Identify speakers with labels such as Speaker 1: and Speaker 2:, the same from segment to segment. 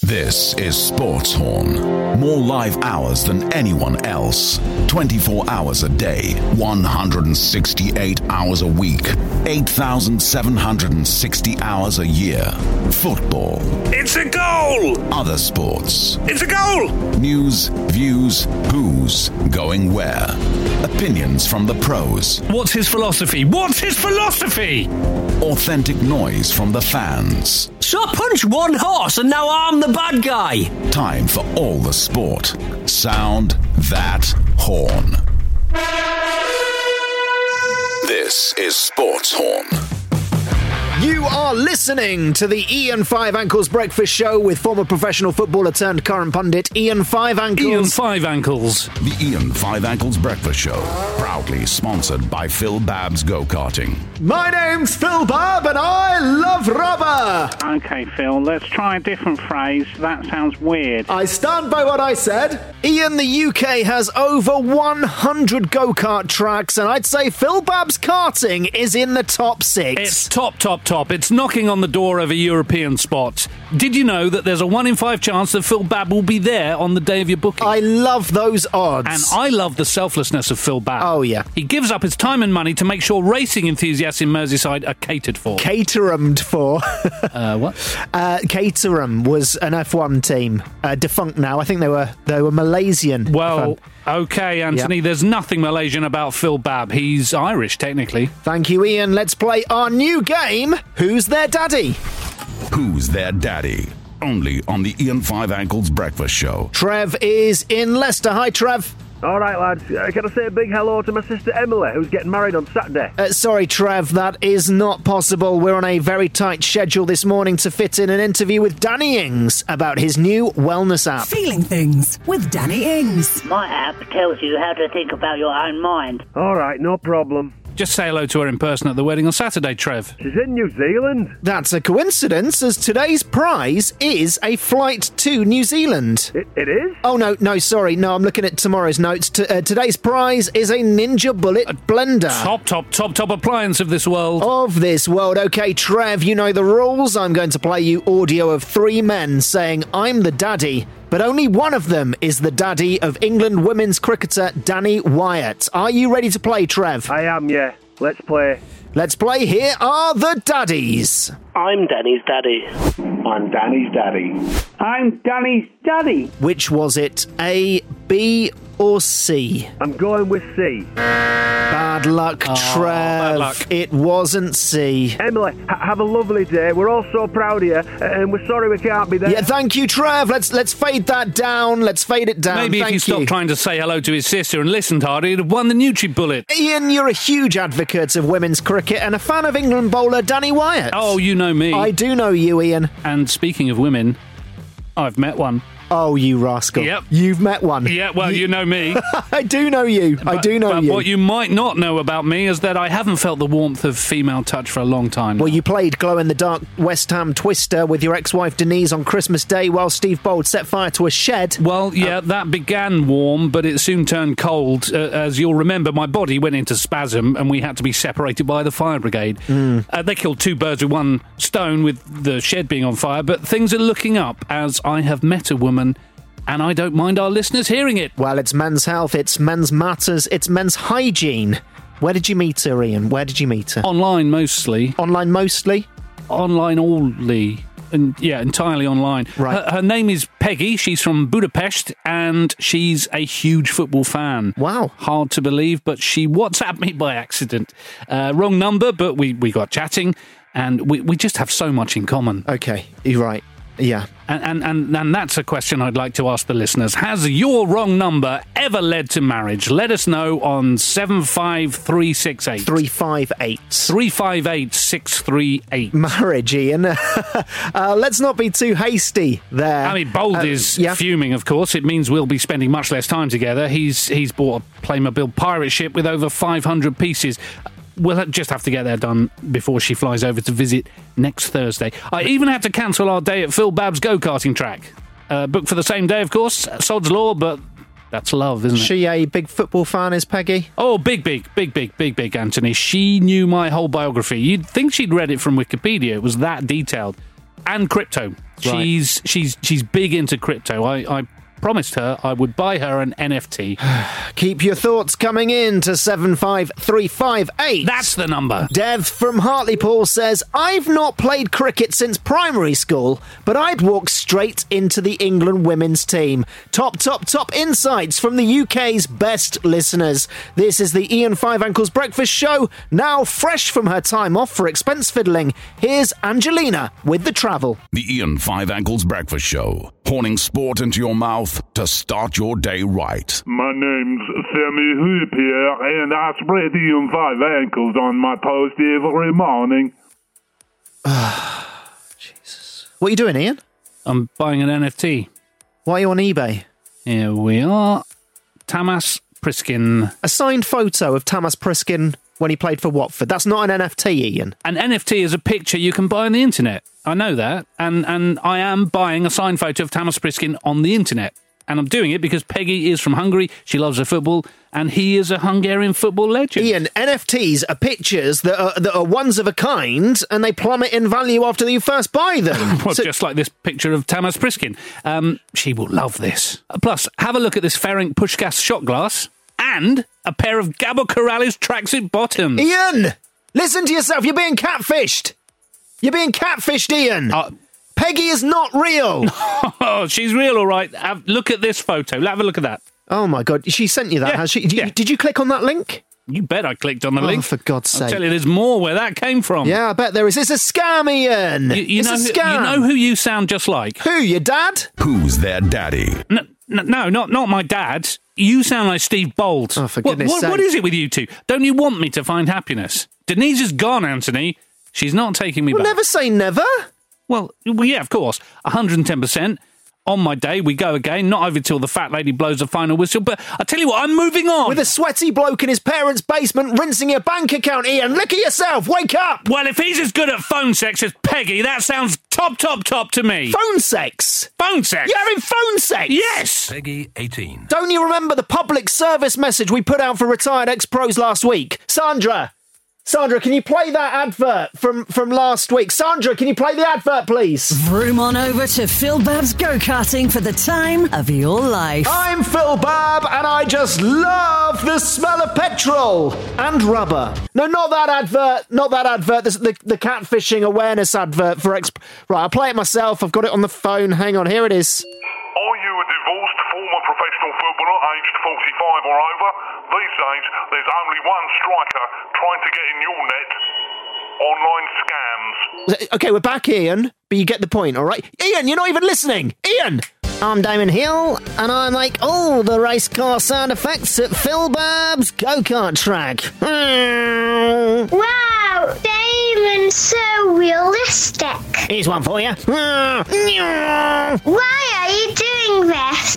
Speaker 1: This is Sports Horn. More live hours than anyone else. 24 hours a day, 168 hours a week, 8,760 hours a year. Football,
Speaker 2: It's a goal!
Speaker 1: other sports,
Speaker 2: It's a goal!
Speaker 1: news, views, who's going where. Opinions from the pros,
Speaker 2: What's his philosophy? What's his philosophy?
Speaker 1: authentic noise from the fans.
Speaker 3: So punch one horse and now I'm the bad guy.
Speaker 1: Time for all the sport. Sound that horn. This is Sports Horn.
Speaker 4: You are listening to the Ian Five Ankles Breakfast Show with former professional footballer turned current pundit Ian Five
Speaker 2: Ian
Speaker 4: Ankles.
Speaker 2: Five Ankles.
Speaker 1: The Ian Five Ankles Breakfast Show, proudly sponsored by Phil Babb's Go Karting.
Speaker 4: My name's Phil Barb and I love rubber.
Speaker 5: Okay, Phil, let's try a different phrase. That sounds weird.
Speaker 4: I stand by what I said. Ian, the UK has over 100 go kart tracks, and I'd say Phil Bab's karting is in the top six.
Speaker 2: It's top, top, top. It's knocking on the door of a European spot. Did you know that there's a one in five chance that Phil Babb will be there on the day of your booking?
Speaker 4: I love those odds.
Speaker 2: and I love the selflessness of Phil Babb.
Speaker 4: Oh, yeah.
Speaker 2: He gives up his time and money to make sure racing enthusiasts in Merseyside are catered for.
Speaker 4: Caterham for.
Speaker 2: uh, what?
Speaker 4: Uh, Caterham was an F1 team, uh, defunct now. I think they were they were Malaysian.
Speaker 2: Well,
Speaker 4: if
Speaker 2: okay, Anthony,
Speaker 4: Yeah.
Speaker 2: there's nothing Malaysian about Phil Babb. He's Irish, technically.
Speaker 4: I'm- thank you, Ian. Let's play our new game. Who's their daddy?
Speaker 1: Who's their daddy? Only on the Ian Five Ankles Breakfast Show.
Speaker 4: Trev is in Leicester. Hi, Trev.
Speaker 6: All right, lads. Uh, can I say a big hello to my sister Emily, who's getting married on Saturday?
Speaker 4: Uh, sorry, Trev, that is not possible. We're on a very tight schedule this morning to fit in an interview with Danny Ings about his new wellness app.
Speaker 7: Feeling Things with Danny Ings.
Speaker 8: My app tells you how to think about your own mind.
Speaker 6: All right, no problem.
Speaker 2: Just say hello to her in person at the wedding on Saturday, Trev.
Speaker 6: She's in New Zealand.
Speaker 4: That's a coincidence, as today's prize is a flight to New Zealand.
Speaker 6: It, it is?
Speaker 4: Oh no, no, sorry, no. I'm looking at tomorrow's notes. T- uh, today's prize is a Ninja Bullet blender.
Speaker 2: Top, top, top, top appliance of this world.
Speaker 4: of this world. Okay, Trev, you know the rules. I'm going to play you audio of three men saying, I'm the daddy, but only one of them is the daddy of England women's cricketer Danny Wyatt. Are you ready to play, Trev?
Speaker 6: I am, yeah. Let's play.
Speaker 4: Let's play. Here are the daddies.
Speaker 8: I'm Danny's daddy.
Speaker 6: I'm Danny's daddy.
Speaker 5: I'm Danny's daddy.
Speaker 4: Which was it? A, B, or C?
Speaker 6: I'm going with C.
Speaker 4: Bad luck, Trev.
Speaker 2: Oh, bad luck.
Speaker 4: It wasn't C.
Speaker 6: Emily, ha- have a lovely day. We're all so proud of you, a- and we're sorry we can't be there.
Speaker 4: Yeah, thank you, Trev. Let's let's fade that down. Let's fade it down.
Speaker 2: Maybe if
Speaker 4: thank
Speaker 2: you stopped trying to say hello to his sister and listened hard, he'd have won the Nutri Bullet.
Speaker 4: Ian, you're a huge advocate of women's cricket and a fan of England bowler Danny Wyatt.
Speaker 2: Oh, you know me.
Speaker 4: I do know you, Ian.
Speaker 2: And speaking of women, I've met one.
Speaker 4: Oh, you rascal.
Speaker 2: Yep.
Speaker 4: You've met one.
Speaker 2: Yeah, well, you, know me.
Speaker 4: I do know you. I
Speaker 2: But-
Speaker 4: do know
Speaker 2: but
Speaker 4: you.
Speaker 2: What you might not know about me is that I haven't felt the warmth of female touch for a long time.
Speaker 4: Well, you played Glow in the Dark West Ham Twister with your ex wife Denise on Christmas Day while Steve Bold set fire to a shed.
Speaker 2: Well, yeah, that began warm, but it soon turned cold. Uh, as you'll remember, my body went into spasm and we had to be separated by the fire brigade. Uh, they killed two birds with one stone with the shed being on fire, but things are looking up as I have met a woman and I don't mind our listeners hearing it.
Speaker 4: Well, it's men's health, it's men's matters, it's men's hygiene. Where did you meet her, Ian? Where did you meet her?
Speaker 2: Online mostly,
Speaker 4: Online mostly?
Speaker 2: online only. And yeah, entirely online.
Speaker 4: Right.
Speaker 2: Her, her name is Peggy. She's from Budapest and she's a huge football fan.
Speaker 4: Wow.
Speaker 2: hard to believe, but she WhatsApped me by accident. Uh, wrong number, but we, we got chatting. and we, we just have so much in common.
Speaker 4: Okay, you're right. Yeah.
Speaker 2: And, and, and, and that's a question I'd like to ask the listeners. Has your wrong number ever led to marriage? Let us know on 75368.
Speaker 4: 358.
Speaker 2: 358 638.
Speaker 4: Marriage, Ian. uh, let's not be too hasty there.
Speaker 2: I mean, Bold
Speaker 4: Uh,
Speaker 2: is
Speaker 4: yeah.
Speaker 2: fuming, of course. It means we'll be spending much less time together. He's, he's bought a Playmobil pirate ship with over 500 pieces. We'll just have to get that done before she flies over to visit next Thursday. I even had to cancel our day at Phil Babb's go karting track. Uh, booked for the same day, of course. Sod's Law, but that's love, isn't it?
Speaker 4: She a big football fan, is Peggy?
Speaker 2: Oh, big, big, big, big, big, big, Anthony. She knew my whole biography. You'd think she'd read it from Wikipedia. It was that detailed. And crypto. She's she's she's big into crypto. I, I promised her I would buy her an NFT.
Speaker 4: Keep your thoughts coming in to 75358.
Speaker 2: That's the number.
Speaker 4: Dev from Hartlepool says, I've not played cricket since primary school, but I'd walk straight into the England women's team. Top, top, top insights from the UK's best listeners. This is the Ian Five Ankles Breakfast Show, now fresh from her time off for expense fiddling. Here's Angelina with the travel.
Speaker 1: The Ian Five Ankles Breakfast Show. Horning sport into your mouth to start your day right.
Speaker 9: My name's Sammy Hoop here, and I spread Ian Five Ankles on my post every morning.
Speaker 4: What are you doing, Ian?
Speaker 2: I'm buying an NFT.
Speaker 4: Why are you on eBay?
Speaker 2: Here we are. Tamas Priskin.
Speaker 4: A signed photo of Tamas Priskin when he played for Watford. That's not an NFT, Ian.
Speaker 2: An NFT is a picture you can buy on the internet. I know that. And and I am buying a signed photo of Tamas Priskin on the internet. And I'm doing it because Peggy is from Hungary. She loves her football, and he is a Hungarian football legend.
Speaker 4: Ian, NFTs are pictures that are, that are ones of a kind and they plummet in value after you first buy them.
Speaker 2: Well,
Speaker 4: So-
Speaker 2: just like this picture of Tamas Priskin. Um, she will love this. Plus, have a look at this Ferenc Pushkas shot glass and a pair of Gabor Corrales tracksuit bottoms.
Speaker 4: Ian, listen to yourself. You're being catfished. You're being catfished, Ian.
Speaker 2: Uh,
Speaker 4: Peggy is not real.
Speaker 2: oh, she's real, all right. Have, look at this photo. Have a look at that.
Speaker 4: Oh my God. She sent you that,
Speaker 2: Yeah,
Speaker 4: has she? Did,
Speaker 2: yeah.
Speaker 4: you, did you click on that link?
Speaker 2: You bet I clicked on the
Speaker 4: Oh,
Speaker 2: link.
Speaker 4: for God's
Speaker 2: I
Speaker 4: sake.
Speaker 2: tell you, there's more where that came from.
Speaker 4: Yeah, I bet there is. It's a scam, Ian.
Speaker 2: You, you
Speaker 4: it's
Speaker 2: know,
Speaker 4: a
Speaker 2: who-
Speaker 4: scam.
Speaker 2: you know who you sound just like?
Speaker 4: who? Your dad?
Speaker 1: Who's their daddy?
Speaker 2: No, no, no, not not my dad. You sound like Steve Bold.
Speaker 4: Oh, for
Speaker 2: What-
Speaker 4: goodness
Speaker 2: what, what
Speaker 4: sake.
Speaker 2: is it with you two? Don't you want me to find happiness? Denise is gone, Anthony. She's not taking me
Speaker 4: Well,
Speaker 2: back.
Speaker 4: never say never.
Speaker 2: Well, well, yeah, of course. 110%. On my day, we go again. Not over till the fat lady blows the final whistle. But I tell you what, I'm moving on.
Speaker 4: With a sweaty bloke in his parents' basement rinsing your bank account, Ian. Look at yourself. Wake up.
Speaker 2: well, if he's as good at phone sex as Peggy, that sounds top, top, top to me.
Speaker 4: Phone sex.
Speaker 2: phone sex?
Speaker 4: You're having phone sex.
Speaker 2: yes!
Speaker 3: Peggy 18.
Speaker 4: Don't you remember the public service message we put out for retired ex pros last week? Sandra, Sandra, can you play that advert from, from last week? Sandra, can you play the advert, please?
Speaker 7: Vroom on over to Phil Babb's go karting for the time of your life.
Speaker 4: I'm Phil Babb, and I just love the smell of petrol and rubber. No, not that advert. Not that advert. This, the, the catfishing awareness advert for ex. Right, I'll play it myself. I've got it on the phone. Hang on, here it is.
Speaker 10: Are you a divorced former professional footballer aged 45 or over? These days, there's only one striker trying to get in your net. Online scams.
Speaker 4: Okay, we're back, Ian, but you get the point, all right? Ian, you're not even listening! Ian! I'm Damon Hill, and I make all the race car sound effects at Phil Babb's go kart track. Hmm.
Speaker 11: Wow, Damon's so realistic.
Speaker 4: Here's one for you.
Speaker 11: Why are you doing this?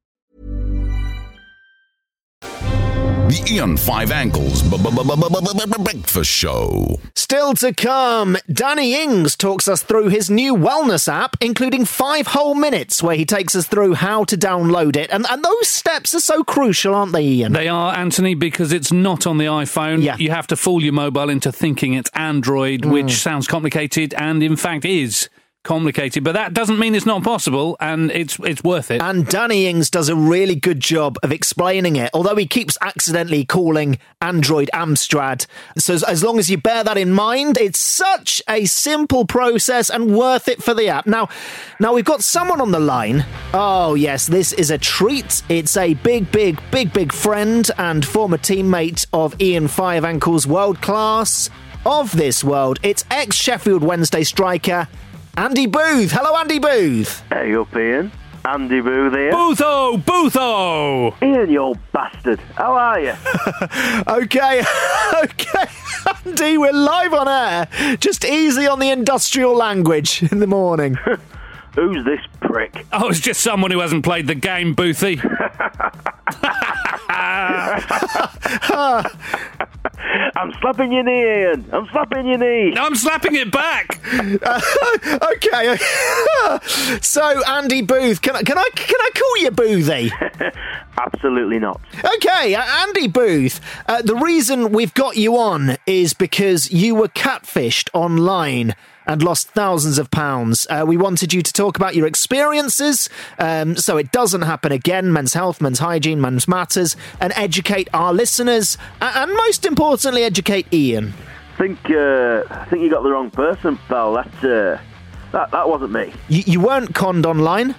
Speaker 1: The Ian Five Ankles Breakfast Show.
Speaker 4: Still to come, Danny Ings talks us through his new wellness app, including five whole minutes where he takes us through how to download it. And, and those steps are so crucial, aren't they, Ian?
Speaker 2: They are, Anthony, because it's not on the iPhone.
Speaker 4: Yeah. Hmm.
Speaker 2: You have to fool your mobile into thinking it's Android, which sounds complicated and in fact is complicated. But that doesn't mean it's not possible and it's it's worth it.
Speaker 4: And Danny Ings does a really good job of explaining it, although he keeps accidentally calling Android Amstrad. So, as, as long as you bear that in mind, it's such a simple process and worth it for the app. Now, now we've got someone on the line. Oh, yes, this is a treat. It's a big, big, big, big friend and former teammate of Ian Five Ankles World Class of this world. It's ex Sheffield Wednesday striker Andy Booth. Hello, Andy Booth.
Speaker 12: Hey up, Ian. Andy Booth here.
Speaker 2: Bootho! Bootho!
Speaker 12: Ian, you old bastard. How are you?
Speaker 4: Okay, okay, Andy, we're live on air. Just easy on the industrial language in the morning.
Speaker 12: Who's this prick?
Speaker 2: Oh, it's just someone who hasn't played the game, Boothie.
Speaker 12: I'm slapping your knee, Ian. I'm slapping your knee.
Speaker 2: I'm slapping it back.
Speaker 4: okay, so Andy Booth, can I can I can I call you Boothy?
Speaker 12: Absolutely not.
Speaker 4: Okay, uh, Andy Booth. Uh, the reason we've got you on is because you were catfished online and lost thousands of pounds. Uh, we wanted you to talk about your experiences um, so it doesn't happen again men's health, men's hygiene, men's matters, and educate our listeners, a- and most importantly, educate Ian.
Speaker 12: think uh, I think you got the wrong person, pal. That uh, that that wasn't me.
Speaker 4: You, you weren't conned online.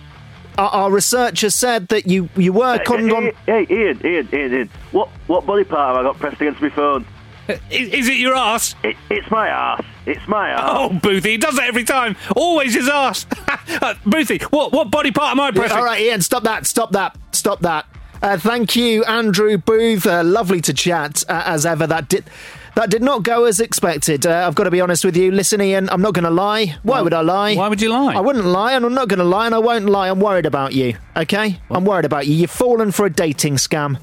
Speaker 4: Our, our researcher said that you, you were conned on.
Speaker 12: Hey, hey, Ian, Ian, Ian, Ian. What what body part have I got pressed against my phone?
Speaker 2: Is, is it your ass?
Speaker 12: It, it's my ass. It's my ass.
Speaker 2: Oh, Boothie, he does that every time. Always his ass. Uh, Boothie, what what body part am I pressing?
Speaker 4: All right, Ian, stop that, stop that, stop that. Uh, thank you, Andrew Booth. Uh, lovely to chat uh, as ever. That did that did not go as expected. Uh, I've got to be honest with you. Listen, Ian, I'm not going to lie. Why would I lie?
Speaker 2: Why would you lie?
Speaker 4: I wouldn't lie, and I'm not going to lie, and I won't lie. I'm worried about you. Okay, I'm worried about you. You've fallen for a dating scam.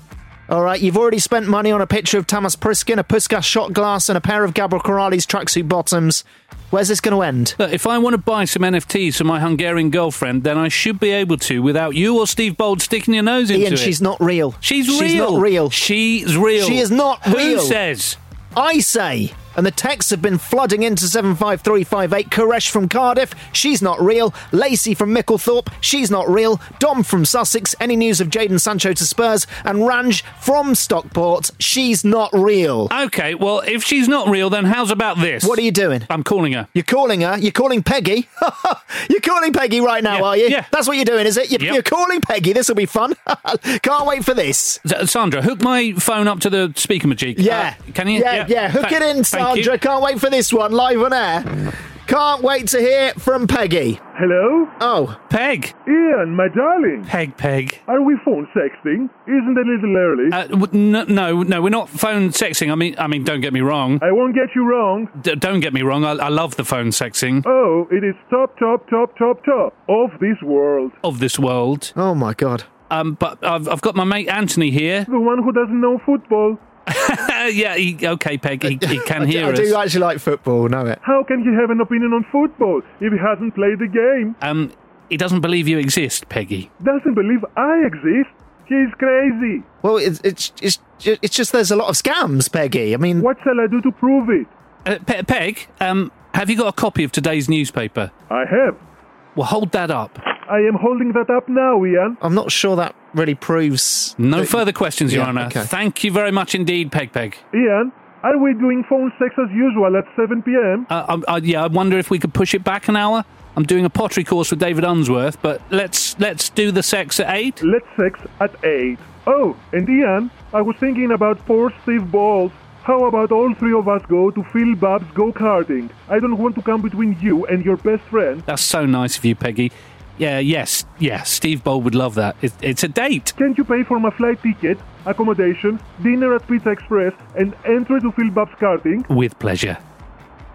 Speaker 4: All right, you've already spent money on a picture of Thomas Priskin, a Puskas shot glass, and a pair of Gabriel Corrali's tracksuit bottoms. Where's this going to end?
Speaker 2: Look, if I want to buy some NFTs for my Hungarian girlfriend, then I should be able to without you or Steve Bold sticking your nose into
Speaker 4: Ian,
Speaker 2: it.
Speaker 4: she's not real.
Speaker 2: She's real.
Speaker 4: She's not real.
Speaker 2: She's real.
Speaker 4: She is not
Speaker 2: Who
Speaker 4: real.
Speaker 2: says?
Speaker 4: I say. And the texts have been flooding into 75358. Koresh from Cardiff, she's not real. Lacey from Micklethorpe, she's not real. Dom from Sussex, any news of Jaden Sancho to Spurs? And Ranj from Stockport, she's not real.
Speaker 2: Okay, well, if she's not real, then how's about this?
Speaker 4: What are you doing?
Speaker 2: I'm calling her.
Speaker 4: You're calling her? You're calling Peggy? you're calling Peggy right now,
Speaker 2: Yeah,
Speaker 4: are you?
Speaker 2: yeah.
Speaker 4: That's what you're doing, is it? You're,
Speaker 2: Yep.
Speaker 4: you're calling Peggy. This will be fun. Can't wait for this.
Speaker 2: S- Sandra, hook my phone up to the speaker magic.
Speaker 4: Yeah.
Speaker 2: Uh, can you?
Speaker 4: Yeah, yeah. Hook
Speaker 2: Tha-
Speaker 4: it in,
Speaker 2: thank you.
Speaker 4: Sandra. Can't wait for this one live on air. Can't wait to hear from Peggy.
Speaker 9: Hello?
Speaker 4: Oh,
Speaker 2: Peg.
Speaker 9: Ian, my darling.
Speaker 2: Peg, Peg.
Speaker 9: Are we phone sexting? Isn't it a little early?
Speaker 2: Uh, w- no, no, no, we're not phone sexing. I mean, I mean, don't get me wrong.
Speaker 9: I won't get you wrong.
Speaker 2: D- don't get me wrong. I-, I love the phone sexing
Speaker 9: Oh, it is top, top, top, top, top of this world.
Speaker 2: of this world.
Speaker 4: oh my God.
Speaker 2: Um, but I've, I've got my mate Anthony here.
Speaker 9: The one who doesn't know football.
Speaker 2: yeah, he, okay, Peg. He, he can
Speaker 4: I do-
Speaker 2: hear
Speaker 4: I
Speaker 2: us.
Speaker 4: do, actually like football, know it.
Speaker 9: How can he have an opinion on football if he hasn't played the game?
Speaker 2: Um, he doesn't believe you exist, Peggy.
Speaker 9: Doesn't believe I exist? He's crazy.
Speaker 4: Well, it's it's it's, it's just there's a lot of scams, Peggy. I mean,
Speaker 9: What shall I do to prove it?
Speaker 2: Uh, Pe- Peg, um, have you got a copy of today's newspaper?
Speaker 9: I have.
Speaker 2: Well, hold that up.
Speaker 9: I am holding that up now, Ian.
Speaker 4: I'm not sure that really proves.
Speaker 2: No
Speaker 4: that-
Speaker 2: further questions, Your
Speaker 4: Uh, Yeah,
Speaker 2: Honour.
Speaker 4: okay.
Speaker 2: Thank you very much indeed, Peg Peg.
Speaker 9: Ian, are we doing phone sex as usual at 7 p.m.?
Speaker 2: Uh, I, I, yeah, I wonder if we could push it back an hour. I'm doing a pottery course with David Unsworth, but let's let's do the sex at eight.
Speaker 9: Let's sex at 8. Oh, and Ian, I was thinking about poor Steve Balls. How about all three of us go to Phil Babs go karting? I don't want to come between you and your best friend.
Speaker 2: That's so nice of you, Peggy. Yeah, yes, yeah. Steve Bold would love that. It, it's a date.
Speaker 9: Can you pay for my flight ticket, accommodation, dinner at Pizza Express, and entry to Phil Babs karting?
Speaker 2: With pleasure.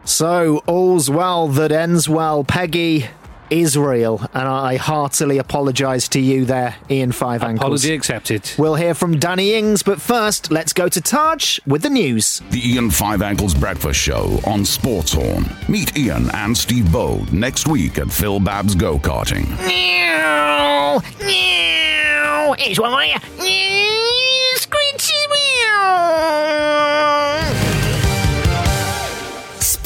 Speaker 4: So all's well that ends well, Peggy. is real, and I heartily apologise to you there, Ian Five Ankles.
Speaker 2: Apology accepted.
Speaker 4: We'll hear from Danny Ings, but first, let's go to Taj with the news.
Speaker 1: The Ian Five Ankles Breakfast Show on Sportshorn. Meet Ian and Steve Bold next week at Phil Babs Go Karting.
Speaker 13: Meow, meow. It's one way. Meow, Screechy meow.